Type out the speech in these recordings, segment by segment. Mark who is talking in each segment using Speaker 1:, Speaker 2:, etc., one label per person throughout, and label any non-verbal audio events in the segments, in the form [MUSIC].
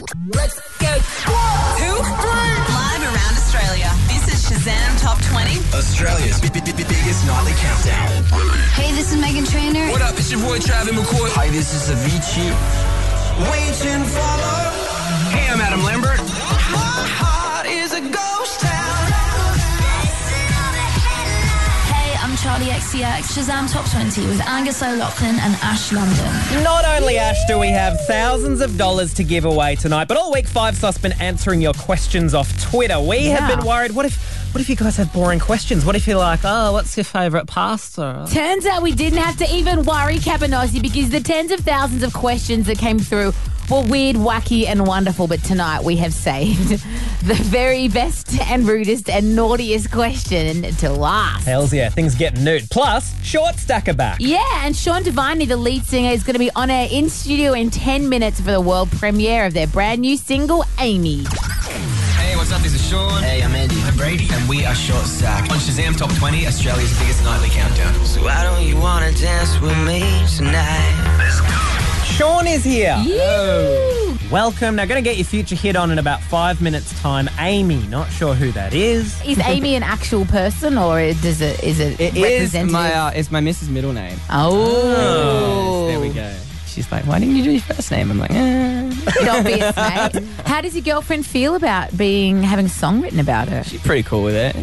Speaker 1: Let's go. One, two, three.
Speaker 2: Live around Australia, this is Shazam Top 20.
Speaker 3: Australia's b- b- b- biggest nightly countdown.
Speaker 4: Hey, this is Megan Trainer.
Speaker 3: What up? It's your boy Travis McCoy. Hi, this is Avicii. Waiting for love. Hey, I'm Adam Lambert.
Speaker 4: Hey, I'm Charlie XCX. Shazam Top 20 with Angus O'Loughlin and Ash London.
Speaker 5: Not only, Ash, do we have thousands of dollars to give away tonight, but all week five has been answering your questions off Twitter. We have
Speaker 6: Yeah.
Speaker 5: been worried. What if what if you guys have boring questions? What if you're like, oh, what's your favourite pasta?
Speaker 6: Turns out we didn't have to even worry, Cabanossi, because the tens of thousands of questions that came through were weird, wacky, and wonderful. But tonight we have saved [LAUGHS] the very best and rudest and naughtiest question to last.
Speaker 5: Hells yeah, things get nude. Plus, short stacker back.
Speaker 6: Yeah, and Sean Devaney, the lead singer, is going to be on air in studio in 10 minutes for the world premiere of their brand new single, Amy.
Speaker 3: Hey, what's up? This is Sean. Hey, I'm Andy. I'm Brady. And we are Short Sack on Shazam Top 20, Australia's biggest nightly countdown.
Speaker 7: So why don't you wanna dance with me tonight?
Speaker 5: Sean is here. Welcome. Now, going to get your future hit on in about five minutes' time. Amy, not sure who that is.
Speaker 8: [LAUGHS]
Speaker 6: Is Amy an actual person or does it, is it,
Speaker 8: It is
Speaker 6: representative?
Speaker 8: my uh, it's my missus' middle name.
Speaker 6: oh.
Speaker 8: There we go. She's like, why didn't you do your first name? I'm like, eh.
Speaker 6: Don't [LAUGHS] be a snake. How does your girlfriend feel about being having a song written about her?
Speaker 8: she's pretty cool with it.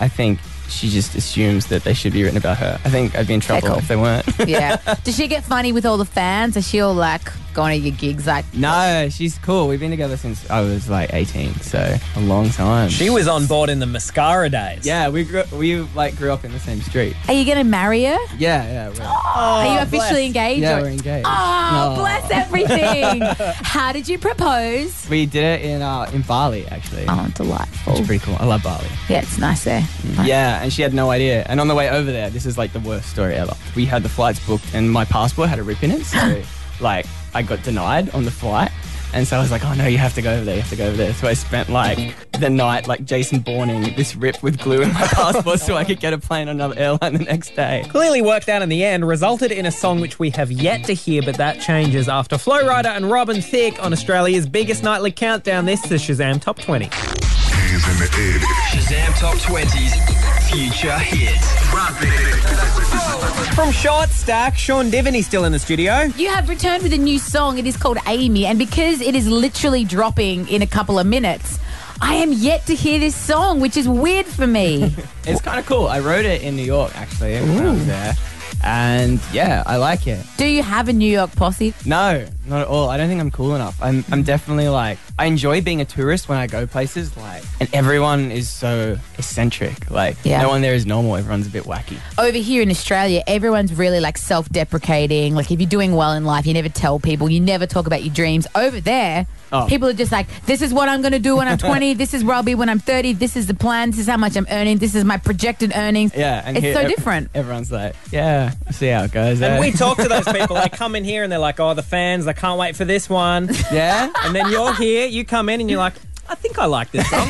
Speaker 8: I think she just assumes that they should be written about her. I think I'd be in trouble
Speaker 6: cool.
Speaker 8: if they weren't.
Speaker 6: [LAUGHS]
Speaker 8: [LAUGHS]
Speaker 6: Yeah. Does she get funny with all the fans? Is she all like going to your gigs like
Speaker 8: no, she's cool. We've been together since I was like 18, so a long time.
Speaker 5: She was on board in the mascara days.
Speaker 8: Yeah, we grew, we like grew up in the same street.
Speaker 6: Are you gonna marry her?
Speaker 8: Yeah, yeah. We're,
Speaker 6: Are you Oh, officially engaged?
Speaker 8: yeah,
Speaker 6: or-
Speaker 8: we're engaged.
Speaker 6: Oh,
Speaker 8: No.
Speaker 6: bless everything. [LAUGHS] How did you propose?
Speaker 8: We did it in uh, in Bali actually.
Speaker 6: Oh,
Speaker 8: It's
Speaker 6: delightful.
Speaker 8: pretty cool. I love Bali.
Speaker 6: Yeah, it's nice there.
Speaker 8: [LAUGHS] Yeah, and she had no idea. And on the way over there, this is like the worst story ever. We had the flights booked, and my passport had a rip in it, so like I got denied on the flight. And so I was like, oh no, you have to go over there, you have to go over there. So I spent like the night like Jason Bourning this rip with glue in my [LAUGHS] passport so I could get a plane on another airline the next day.
Speaker 5: Clearly worked out in the end, resulted in a song which we have yet to hear, but that changes after Flow Rider and Robin Thicke on Australia's biggest nightly countdown. This is Shazam Top 20.
Speaker 3: Shazam Top 20's future hit.
Speaker 5: From Short Stack, Sean Divany still in the studio.
Speaker 6: You have returned with a new song. It is called Amy, and because it is literally dropping in a couple of minutes, I am yet to hear this song, which is weird for [LAUGHS] me.
Speaker 8: It's kind of cool. I wrote it in New York actually when I was there. And yeah, I like it.
Speaker 6: Do you have a New York posse?
Speaker 8: No, not at all. I don't think I'm cool enough. I'm, I'm definitely like, I enjoy being a tourist when I go places, like, and everyone is so eccentric. Like,
Speaker 6: Yeah.
Speaker 8: no one there is normal. Everyone's a bit wacky.
Speaker 6: Over here in Australia, everyone's really like self deprecating. Like, if you're doing well in life, you never tell people, you never talk about your dreams. Over there,
Speaker 8: Oh.
Speaker 6: people are just like, this is what I'm going to do when
Speaker 8: [LAUGHS]
Speaker 6: I'm 20, this is where I'll be when I'm 30, this is the plan, this is how much I'm earning, this is my projected earnings.
Speaker 8: Yeah, and
Speaker 6: it's
Speaker 8: here
Speaker 6: so
Speaker 8: ev-
Speaker 6: different.
Speaker 8: Everyone's like, yeah, we'll see how it goes. eh?
Speaker 5: And we talk to [LAUGHS] those people. They come in here and they're like, oh, the fans, I can't wait for this one.
Speaker 6: [LAUGHS]
Speaker 8: yeah.
Speaker 5: And then you're here, you come in and you're like, I think I like this [LAUGHS] song.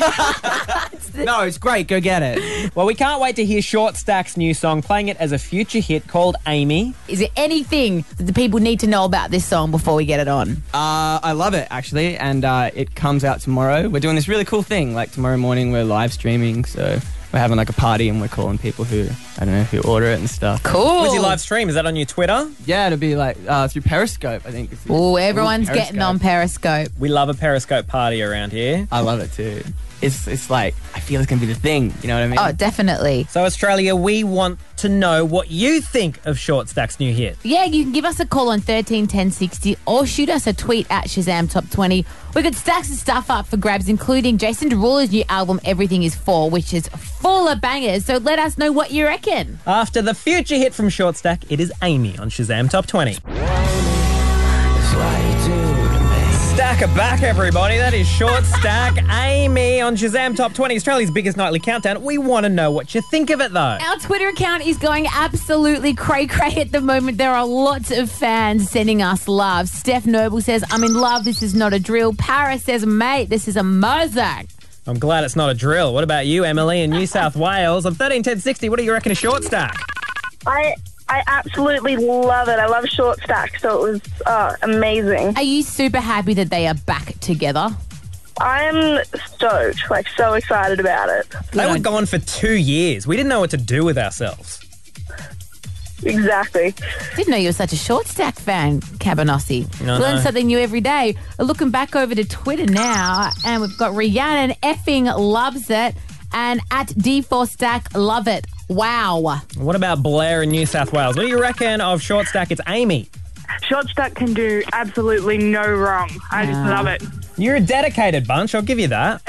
Speaker 8: no, it's great. Go get it.
Speaker 5: well, we can't wait to hear Short Stack's new song, playing it as a future hit called Amy.
Speaker 6: Is there anything that the people need to know about this song before we get it on?
Speaker 8: Uh, I love it actually, and uh, it comes out tomorrow. We're doing this really cool thing. Like tomorrow morning, we're live streaming, so we're having like a party, and we're calling people who I don't know who order it and stuff.
Speaker 6: Cool.
Speaker 5: Where's your live stream? Is that on your Twitter?
Speaker 8: Yeah, it'll be like uh, through Periscope. I think. is the-
Speaker 6: Oh, everyone's
Speaker 8: Periscope.
Speaker 6: getting on Periscope.
Speaker 5: We love a Periscope party around here.
Speaker 8: I love it too. It's it's like I feel it's gonna be the thing. You know what I mean?
Speaker 6: Oh, definitely.
Speaker 5: So, Australia, we want to know what you think of Short Stack's new hit.
Speaker 6: Yeah, you can give us a call on 13 10 60 or shoot us a tweet at Shazam Top 20. We got stacks of stuff up for grabs, including Jason Derulo's new album, Everything Is For, which is full of bangers. So let us know what you reckon.
Speaker 5: After the future hit from Short Stack, it is Amy on Shazam Top 20.
Speaker 7: That's why you do to me.
Speaker 5: Stack it back, everybody. That is Short Stack Amy on Shazam Top 20, Australia's biggest nightly countdown. We want to know what you think of it, though.
Speaker 6: Our Twitter account is going absolutely cray cray at the moment. There are lots of fans sending us love. Steph Noble says, I'm in love. This is not a drill. Paris says, mate, this is a mosaic.
Speaker 5: I'm glad it's not a drill. What about you, Emily, in New South Wales? On 131060, what do you reckon of Short Stack?
Speaker 9: I I absolutely love it. I love short stack, so it was uh, amazing.
Speaker 6: Are you super happy that they are back together?
Speaker 9: I'm stoked, like so excited about it.
Speaker 5: They were gone for two years. We didn't know what to do with ourselves.
Speaker 9: Exactly.
Speaker 6: Didn't know you were such a short stack fan, Cabanossi.
Speaker 5: No,
Speaker 6: Learn
Speaker 5: no.
Speaker 6: something new every day. Looking back over to Twitter now, and we've got Rhiannon effing loves it, and at D4 Stack love it. Wow.
Speaker 5: What about Blair in New South Wales? What do you reckon of short stack? It's Amy.
Speaker 10: Short stack can do absolutely no wrong. I just love it.
Speaker 5: You're a dedicated bunch. I'll give you that.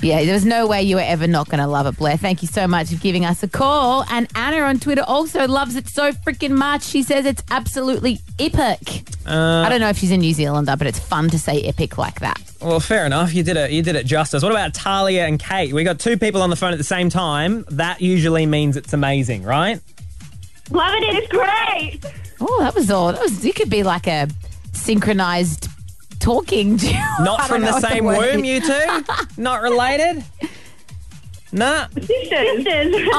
Speaker 6: Yeah, there was no way you were ever not going to love it, Blair. Thank you so much for giving us a call. And Anna on Twitter also loves it so freaking much. She says it's absolutely epic.
Speaker 5: Uh,
Speaker 6: I don't know if she's a New Zealander, but it's fun to say epic like that.
Speaker 5: Well, fair enough. You did it. You did it justice. What about Talia and Kate? We got two people on the phone at the same time. That usually means it's amazing, right?
Speaker 9: Love it. It's great.
Speaker 6: Oh, that was all. That was. You could be like a synchronized talking. [LAUGHS] duo. I
Speaker 5: Not
Speaker 6: don't
Speaker 5: from
Speaker 6: know
Speaker 5: the
Speaker 6: what
Speaker 5: same
Speaker 6: word
Speaker 5: womb,
Speaker 6: is.
Speaker 5: you two. Not related. Nah.
Speaker 9: Sisters.
Speaker 6: Oh, they
Speaker 5: There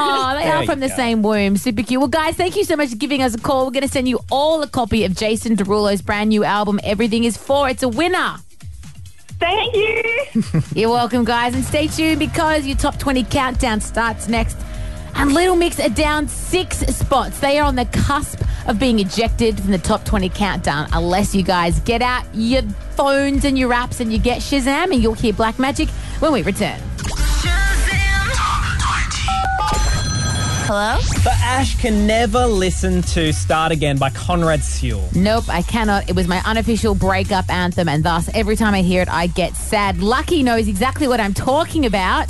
Speaker 6: are
Speaker 5: you
Speaker 6: from the
Speaker 5: go.
Speaker 6: same womb. Super cute. Well, guys, thank you so much for giving us a call. We're going to send you all a copy of Jason Derulo's brand new album, Everything Is For. It's a winner.
Speaker 9: [LAUGHS] Thank you.
Speaker 6: You're welcome, guys, and stay tuned because your top 20 countdown starts next. And Little Mix are down six spots. They are on the cusp of being ejected from the top 20 countdown unless you guys get out your phones and your apps and you get Shazam and you'll hear Black Magic when we return. Hello?
Speaker 5: But Ash can never listen to Start Again by Conrad Sewell.
Speaker 6: Nope, I cannot. It was my unofficial breakup anthem, and thus every time I hear it, I get sad. Lucky knows exactly what I'm talking about.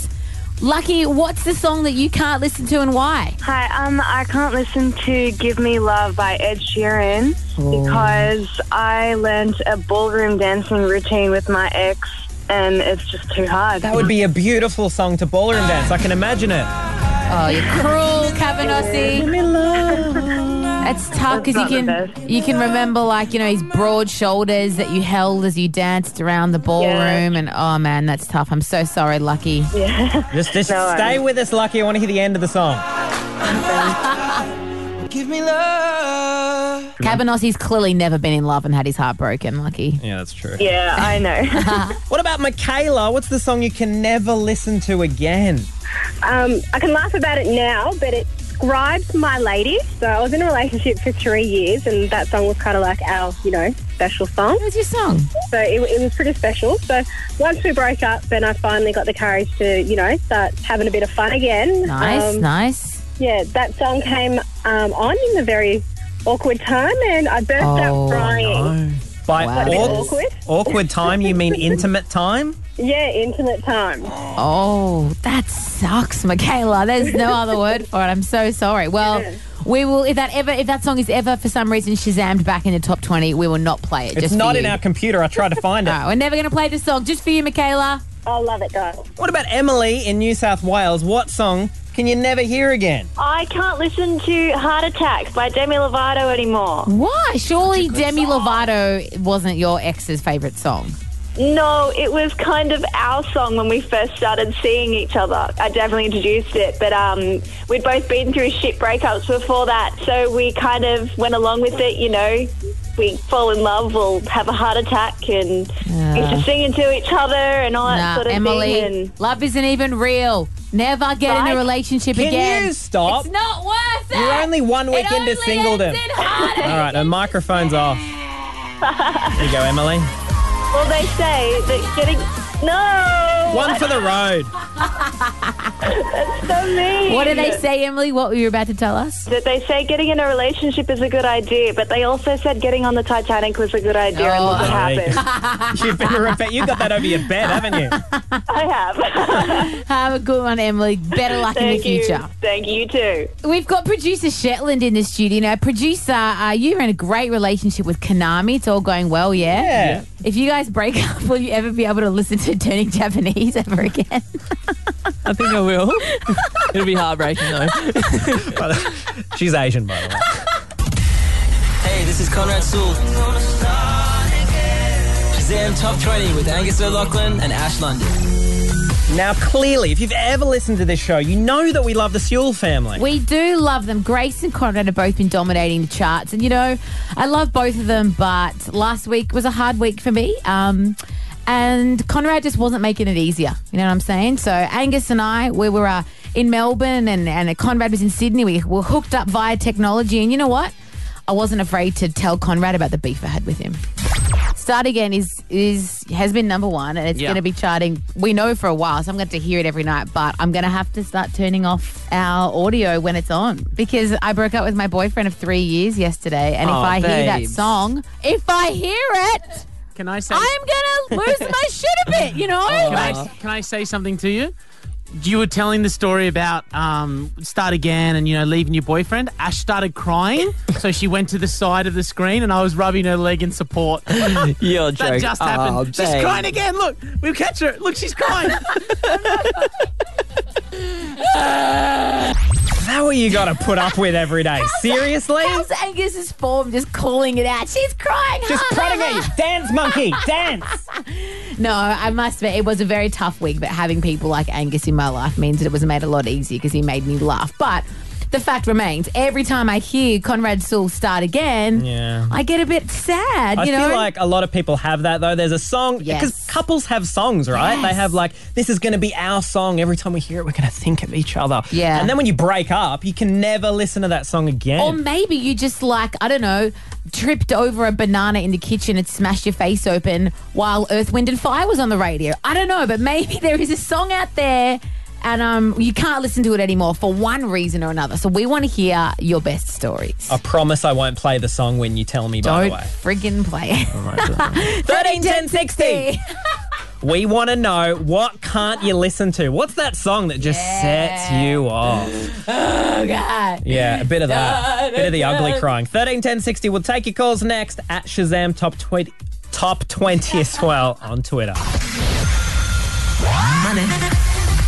Speaker 6: Lucky, what's the song that you can't listen to and why?
Speaker 10: Hi, um, I can't listen to "Give Me Love" by Ed Sheeran because I learned a ballroom dancing routine with my ex, and it's just too hard.
Speaker 5: That would be a beautiful song to ballroom dance. I can imagine it.
Speaker 6: Oh, you're [LAUGHS] cruel, Cavanossi. That's tough because
Speaker 10: not
Speaker 6: you
Speaker 10: the
Speaker 6: can
Speaker 10: best.
Speaker 6: you can remember like you know his broad shoulders that you held as you danced around the ballroom, and oh man, that's tough. I'm so sorry, Lucky.
Speaker 5: Just, just
Speaker 10: No,
Speaker 5: stay
Speaker 10: I'm-
Speaker 5: with us, Lucky. I want to hear the end of the song.
Speaker 7: Give me love.
Speaker 6: Cabanossi's clearly never been in love and had his heart broken, Lucky.
Speaker 5: Yeah, that's true.
Speaker 10: yeah, I know.
Speaker 5: What about Michaela? What's the song you can never listen to again?
Speaker 9: Um, I can laugh about it now, but it describes my lady. So I was in a relationship for three years, and that song was kind of like our, you know, special song.
Speaker 6: What was your song?
Speaker 9: So it, it was pretty special. So once we broke up, and I finally got the courage to, you know, start having a bit of fun again.
Speaker 6: Nice,
Speaker 9: Um,
Speaker 6: nice.
Speaker 9: Yeah, that song came um, on in the very awkward time, and I burst
Speaker 6: Oh,
Speaker 9: out crying.
Speaker 5: By
Speaker 6: Wow. That'd be
Speaker 9: awkward.
Speaker 5: awkward time, you
Speaker 6: [LAUGHS]
Speaker 5: mean intimate time?
Speaker 9: Yeah, intimate time.
Speaker 6: Oh, that sucks, Michaela. There's [LAUGHS] no other word for it. I'm so sorry. Well, we will if that ever if that song is ever for some reason shazammed back in the top twenty, we will not play it.
Speaker 5: It's
Speaker 6: just for
Speaker 5: not in
Speaker 6: you. Ah.
Speaker 5: our computer. I tried to
Speaker 6: [LAUGHS]
Speaker 5: find it.
Speaker 6: No, we're never going to play this song just for you, Michaela.
Speaker 9: I love it, guys.
Speaker 5: What about Emily in New South Wales? What song can you never hear again?
Speaker 9: I can't listen to Heart Attacks by Demi Lovato anymore.
Speaker 6: Why? Surely Demi Lovato wasn't your ex's favorite song.
Speaker 9: No, it was kind of our song when we first started seeing each other. I definitely introduced it, but um, we'd both been through shit breakups before that, so we kind of went along with it, you know. We fall in love, we'll have a heart attack, and we used to singing to each other and all that
Speaker 6: Nah,
Speaker 9: sort of
Speaker 6: Emily,
Speaker 9: thing. And
Speaker 6: love isn't even real. Never get in
Speaker 9: Right?
Speaker 6: a relationship
Speaker 5: Can
Speaker 6: again.
Speaker 5: you stop?
Speaker 6: It's not worth it.
Speaker 5: You're only one week
Speaker 6: It
Speaker 5: into
Speaker 6: only
Speaker 5: singledom.
Speaker 6: ends in heartache.
Speaker 5: All right, the microphone's off. There you go, Emily.
Speaker 9: well, they say that getting no,
Speaker 5: One for the
Speaker 6: [LAUGHS]
Speaker 5: road.
Speaker 9: so mean.
Speaker 6: What did they say, Emily? What were you about to tell us?
Speaker 9: That they say getting in a relationship is a good idea, but they also said getting on the Titanic was a good idea, and look what
Speaker 5: Oh, there you
Speaker 6: [LAUGHS]
Speaker 9: happened.
Speaker 5: You've been repeat. You got that over your bed, haven't you?
Speaker 9: I have. [LAUGHS]
Speaker 6: Have a good one, Emily. Better luck in the
Speaker 9: Thank you.
Speaker 6: future.
Speaker 9: Thank you too.
Speaker 6: We've got producer Shetland in the studio. Now, producer, uh, you're in a great relationship with Konami. It's all going well, yeah?
Speaker 5: Yeah.
Speaker 6: If you guys break [LAUGHS] up, will you ever be able to listen to Turning Japanese [LAUGHS] ever again?
Speaker 8: I think [LAUGHS] I
Speaker 11: [LAUGHS]
Speaker 8: will. It'll be heartbreaking though.
Speaker 5: She's Asian, by the way.
Speaker 3: Hey, this is Conrad Sewell. Shazam Top 20 with Angus O'Loughlin and Ash London.
Speaker 5: Now, clearly, if you've ever listened to this show, you know that we love the Sewell family.
Speaker 6: We do love them. Grace and Conrad have both been dominating the charts. And, you know, I love both of them, but last week was a hard week for me. Um, and Conrad just wasn't making it easier. You know what I'm saying? So Angus and I, we were uh, in Melbourne and, and Conrad was in Sydney. We were hooked up via technology. And you know what? I wasn't afraid to tell Conrad about the beef I had with him. Start Again is is has been number one and it's
Speaker 8: Yeah.
Speaker 6: going to be charting. We know for a while, so I'm going to hear it every night. But I'm going to have to start turning off our audio when it's on because I broke up with my boyfriend of three years yesterday, and
Speaker 5: Oh,
Speaker 6: if I hear that
Speaker 5: babes.
Speaker 6: song, if I hear it,
Speaker 11: Can I say?
Speaker 6: I'm going to lose
Speaker 5: [LAUGHS]
Speaker 6: my shit a bit. You know,
Speaker 11: Can
Speaker 6: Like,
Speaker 11: I, can I say something to you? You were telling the story about um, start again and you know leaving your boyfriend. Ash started crying, so she went to the side of the screen, and I was rubbing her leg in support. that
Speaker 8: You're joking.
Speaker 11: just happened.
Speaker 8: Oh,
Speaker 11: she's
Speaker 8: babe.
Speaker 11: crying again. Look, we'll catch her. Look, she's crying.
Speaker 5: Is [LAUGHS] that what you got to put up with every day? Seriously?
Speaker 6: how's Angus's form just calling it out? She's crying.
Speaker 5: Oh. Just
Speaker 6: Ha, ha,
Speaker 5: prodding
Speaker 6: ha.
Speaker 5: at you. Dance, monkey, dance.
Speaker 6: No, I must admit, it was a very tough week, but having people like Angus in my life means that it was made a lot easier because he made me laugh. But the fact remains, every time I hear Conrad Sewell start again,
Speaker 5: Yeah.
Speaker 6: I get a bit sad,
Speaker 5: I
Speaker 6: you know?
Speaker 5: feel like a lot of people have that though. There's a song
Speaker 6: Yes.
Speaker 5: because couples have songs, right?
Speaker 6: Yes.
Speaker 5: They have like this is going to be our song. Every time we hear it, we're going to think of each other.
Speaker 6: Yeah.
Speaker 5: And then when you break up, you can never listen to that song again.
Speaker 6: or maybe you just like, I don't know, tripped over a banana in the kitchen and smashed your face open while Earth, Wind and Fire was on the radio. I don't know, but maybe [LAUGHS] there is a song out there and um, you can't listen to it anymore for one reason or another. So we want to hear your best stories.
Speaker 5: I promise I won't play the song when you tell me. By
Speaker 6: Don't
Speaker 5: the way,
Speaker 6: friggin' play it. [LAUGHS]
Speaker 5: thirteen ten sixty. We want to know what can't you listen to? What's that song that just sets you off?
Speaker 6: Oh, God.
Speaker 5: Yeah, a bit of that, bit of the ugly crying. Thirteen ten sixty. We'll take your calls next at Shazam Top Twenty, Top Twenty as well on Twitter.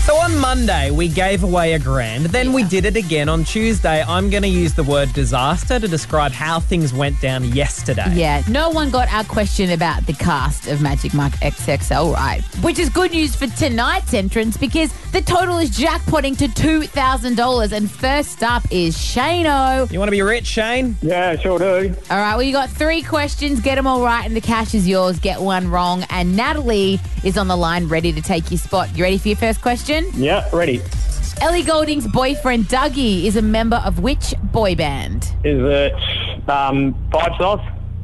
Speaker 5: So on Monday, we gave away a grand. Then we did it again on Tuesday. I'm going to use the word disaster to describe how things went down yesterday.
Speaker 6: Yeah, no one got our question about the cast of Magic Mike XXL right, which is good news for tonight's entrance because the total is jackpotting to $2,000. And first up is Shano.
Speaker 5: You want to be rich, Shane?
Speaker 12: Yeah, sure do.
Speaker 6: All right, well, you got three questions. Get them all right, and the cash is yours. Get one wrong. And Natalie is on the line, ready to take your spot. You ready for your first question?
Speaker 12: Yeah, ready.
Speaker 6: Ellie Golding's boyfriend, Dougie, is a member of which boy band?
Speaker 12: Is it um, five sauce?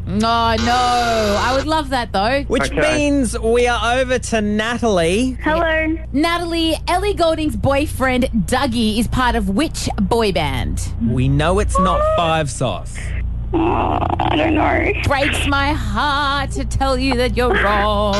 Speaker 6: Oh, no. I would love that, though.
Speaker 5: Which
Speaker 12: Okay.
Speaker 5: means we are over to Natalie.
Speaker 10: Hello.
Speaker 6: Natalie, Ellie Golding's boyfriend, Dougie, is part of which boy band?
Speaker 5: We know it's not five sauce.
Speaker 10: Oh, I don't know.
Speaker 6: Breaks my heart to tell you that you're wrong.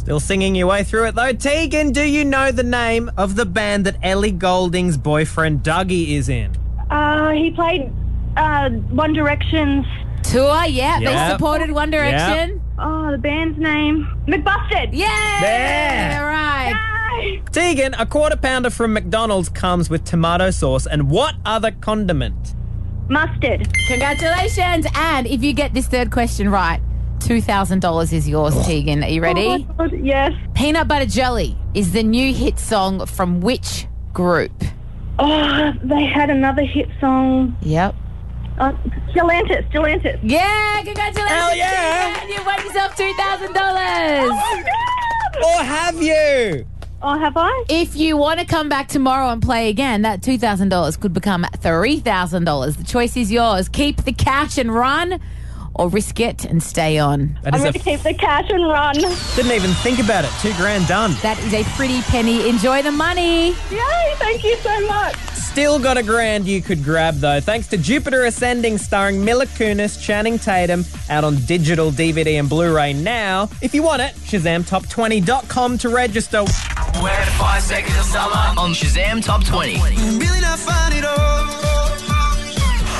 Speaker 5: Still singing your way through it though. Tegan, do you know the name of the band that Ellie Golding's boyfriend Dougie is in?
Speaker 10: Uh, he played uh, One Direction's.
Speaker 6: Tour,
Speaker 5: Yeah.
Speaker 6: yeah, they supported One Direction.
Speaker 10: Oh, the band's name. McBusted.
Speaker 6: Yeah.
Speaker 5: There.
Speaker 6: All right.
Speaker 10: Yay!
Speaker 5: Tegan, a quarter pounder from McDonald's comes with tomato sauce and what other condiment?
Speaker 10: Mustard.
Speaker 6: Congratulations. And if you get this third question right, $2,000 is yours, Tegan. Are you ready?
Speaker 10: Oh, my God, yes.
Speaker 6: Peanut Butter Jelly is the new hit song from which group?
Speaker 10: Oh, they had another hit song.
Speaker 6: Yep.
Speaker 10: Uh, Galantis, Galantis.
Speaker 6: Yeah, congratulations.
Speaker 5: Hell yeah.
Speaker 6: Tegan. You won yourself $2,000.
Speaker 5: Or have you?
Speaker 10: Oh, have I?
Speaker 6: If you want to come back tomorrow and play again, that $2,000 could become $3,000. The choice is yours. Keep the cash and run, or risk it and stay on.
Speaker 5: That
Speaker 10: I'm
Speaker 5: is
Speaker 10: going to
Speaker 5: a
Speaker 10: keep the cash and run.
Speaker 5: didn't even think about it. Two grand done.
Speaker 6: That is a pretty penny. Enjoy the money.
Speaker 10: Yay, thank you so much.
Speaker 5: Still got a grand you could grab though, thanks to Jupiter Ascending starring Mila Kunis, Channing Tatum, out on digital DVD and Blu-ray now. If you want it, ShazamTop20.com to register.
Speaker 3: We're at five seconds of summer on Shazam Top 20. Really not find it all.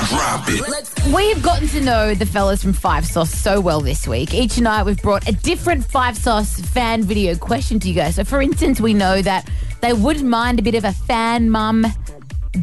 Speaker 3: Drop it.
Speaker 6: We've gotten to know the fellas from Five Sauce so well this week. Each night we've brought a different Five Sauce fan video question to you guys. So, for instance, we know that they wouldn't mind a bit of a fan mum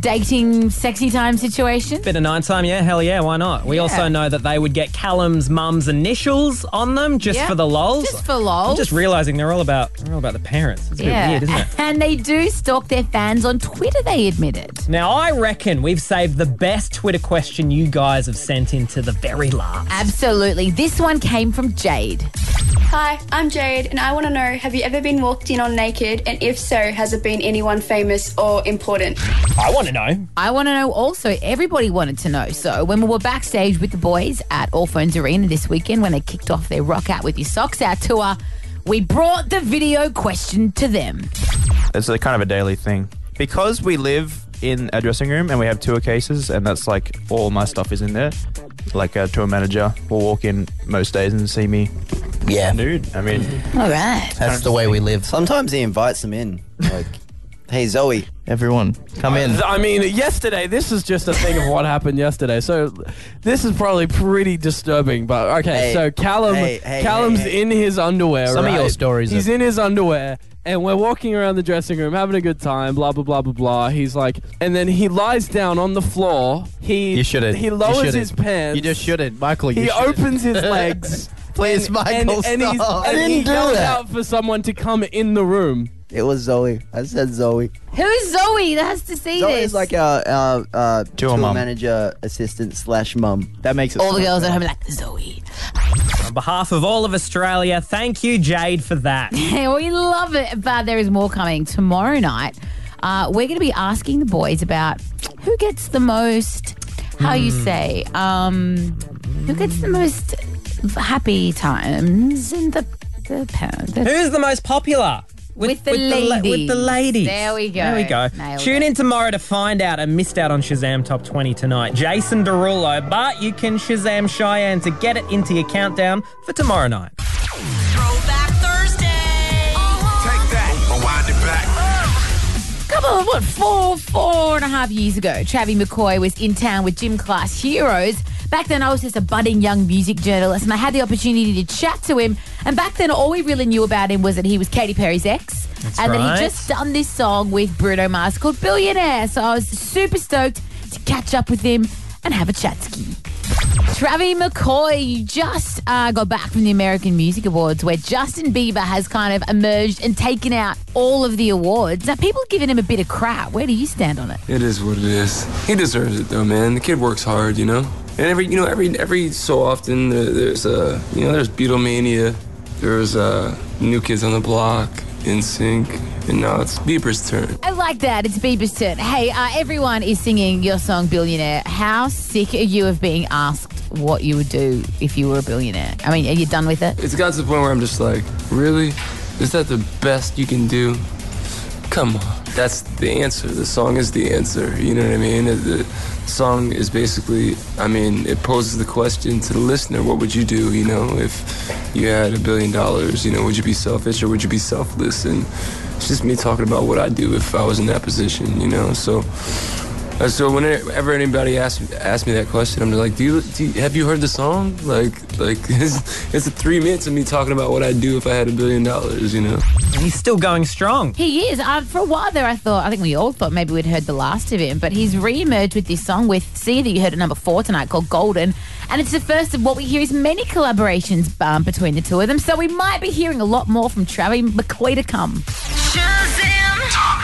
Speaker 6: dating sexy time situation?
Speaker 5: Bit of nine time, yeah, hell yeah, why not? We
Speaker 6: Yeah.
Speaker 5: also know that they would get Callum's mum's initials on them just
Speaker 6: Yeah.
Speaker 5: for the lols.
Speaker 6: Just for lols.
Speaker 5: I'm just realizing they're all about they're all about the parents. It's a bit weird,
Speaker 6: [LAUGHS]
Speaker 5: isn't it?
Speaker 6: And they do stalk their fans on Twitter, they admit it.
Speaker 5: Now I reckon we've saved the best Twitter question you guys have sent in to the very last.
Speaker 6: Absolutely. This one came from Jade.
Speaker 13: Hi, I'm Jade, and I want to know have you ever been walked in on naked? And if so, has it been anyone famous or important?
Speaker 5: I want to know.
Speaker 6: I want to know also, everybody wanted to know. So, when we were backstage with the boys at All Phones Arena this weekend, when they kicked off their Rock Out With Your Socks Out tour, we brought the video question to them.
Speaker 14: It's a kind of a daily thing. Because we live in a dressing room and we have tour cases, and that's like all my stuff is in there. Like a tour manager will walk in most days and see me. Yeah, dude. I mean,
Speaker 6: All right.
Speaker 15: That's the way we live. Sometimes he invites them in. [LAUGHS] Like, hey, Zoe, everyone, come in.
Speaker 16: I mean, yesterday, this is just a thing of what happened yesterday. So, this is probably pretty disturbing, but okay.
Speaker 15: Hey,
Speaker 16: so, Callum
Speaker 15: hey, hey,
Speaker 16: Callum's
Speaker 15: hey, hey.
Speaker 16: in his underwear.
Speaker 15: Some of your
Speaker 16: right?
Speaker 15: stories
Speaker 16: He's
Speaker 15: are-
Speaker 16: in his underwear, and we're walking around the dressing room having a good time, blah, blah, blah, blah, blah. He's like, and then he lies down on the floor. He,
Speaker 15: You shouldn't.
Speaker 16: He
Speaker 15: You
Speaker 16: lowers
Speaker 15: shouldn't.
Speaker 16: his pants.
Speaker 15: You just shouldn't, Michael. You
Speaker 16: He
Speaker 15: shouldn't. [LAUGHS]
Speaker 16: opens his legs.
Speaker 15: Please,
Speaker 16: and,
Speaker 15: Michael,
Speaker 16: and, and he's-
Speaker 15: stop.
Speaker 16: and
Speaker 15: I
Speaker 16: he
Speaker 15: didn't do
Speaker 16: yelled
Speaker 15: that.
Speaker 16: out for someone to come in the room.
Speaker 15: It was Zoe. I said Zoe.
Speaker 6: Who's Zoe that has to see
Speaker 15: Zoe
Speaker 6: this?
Speaker 15: is like our, our uh, tour,
Speaker 14: mum.
Speaker 15: manager assistant slash mum. That makes it
Speaker 6: All the
Speaker 15: so
Speaker 6: girls at
Speaker 15: bad.
Speaker 6: home are like, Zoe. [LAUGHS]
Speaker 5: On behalf of all of Australia, thank you, Jade, for that.
Speaker 6: we love it, but there is more coming tomorrow night. Uh, we're going to be asking the boys about who gets the most, how you say, um, who gets the most happy times in the the pound.
Speaker 5: Who's the most popular? With,
Speaker 6: the
Speaker 5: la- with the ladies.
Speaker 6: ladies. There we go.
Speaker 5: There we go.
Speaker 6: Nailed
Speaker 5: Tune in tomorrow to find out. I missed out on Shazam Top 20 tonight. Jason Derulo, but you can Shazam Cheyenne to get it into your countdown for tomorrow night.
Speaker 2: Throwback Thursday. Take that.
Speaker 3: Rewind it back.
Speaker 6: couple of what four four and a half years ago travi mccoy was in town with gym class heroes back then i was just a budding young music journalist and i had the opportunity to chat to him and back then all we really knew about him was that he was Katy perry's ex
Speaker 17: That's
Speaker 6: and that
Speaker 17: right.
Speaker 6: he just done this song with bruno mars called billionaire so i was super stoked to catch up with him and have a chat ski Travi McCoy, you just uh, got back from the American Music Awards where Justin Bieber has kind of emerged and taken out all of the awards. Now, people are giving him a bit of crap. Where do you stand on it?
Speaker 18: It is what it is. He deserves it though, man. The kid works hard, you know. And every, you know, every every so often there, there's a, you know, there's Beatlemania, there's uh, New Kids on the Block, In Sync, and now it's Bieber's turn.
Speaker 6: I like that. It's Bieber's turn. Hey, uh, everyone is singing your song Billionaire. How sick are you of being asked what you would do if you were a billionaire? I mean, are you done with it?
Speaker 18: It's got to the point where I'm just like, really? Is that the best you can do? Come on. That's the answer. The song is the answer. You know what I mean? The- The song is basically, I mean, it poses the question to the listener what would you do, you know, if you had a billion dollars? You know, would you be selfish or would you be selfless? And it's just me talking about what I'd do if I was in that position, you know? So. Uh, so whenever anybody asks asks me that question, I'm just like, do you, do you have you heard the song? Like like [LAUGHS] it's, it's three minutes of me talking about what I'd do if I had a billion dollars, you know.
Speaker 5: He's still going strong.
Speaker 6: He is. Uh, for a while there, I thought, I think we all thought maybe we'd heard the last of him, but he's re-emerged with this song with C that you heard at number four tonight called Golden. And it's the first of what we hear is many collaborations um, between the two of them. So we might be hearing a lot more from Travis McCoy to come.
Speaker 2: Shazam Top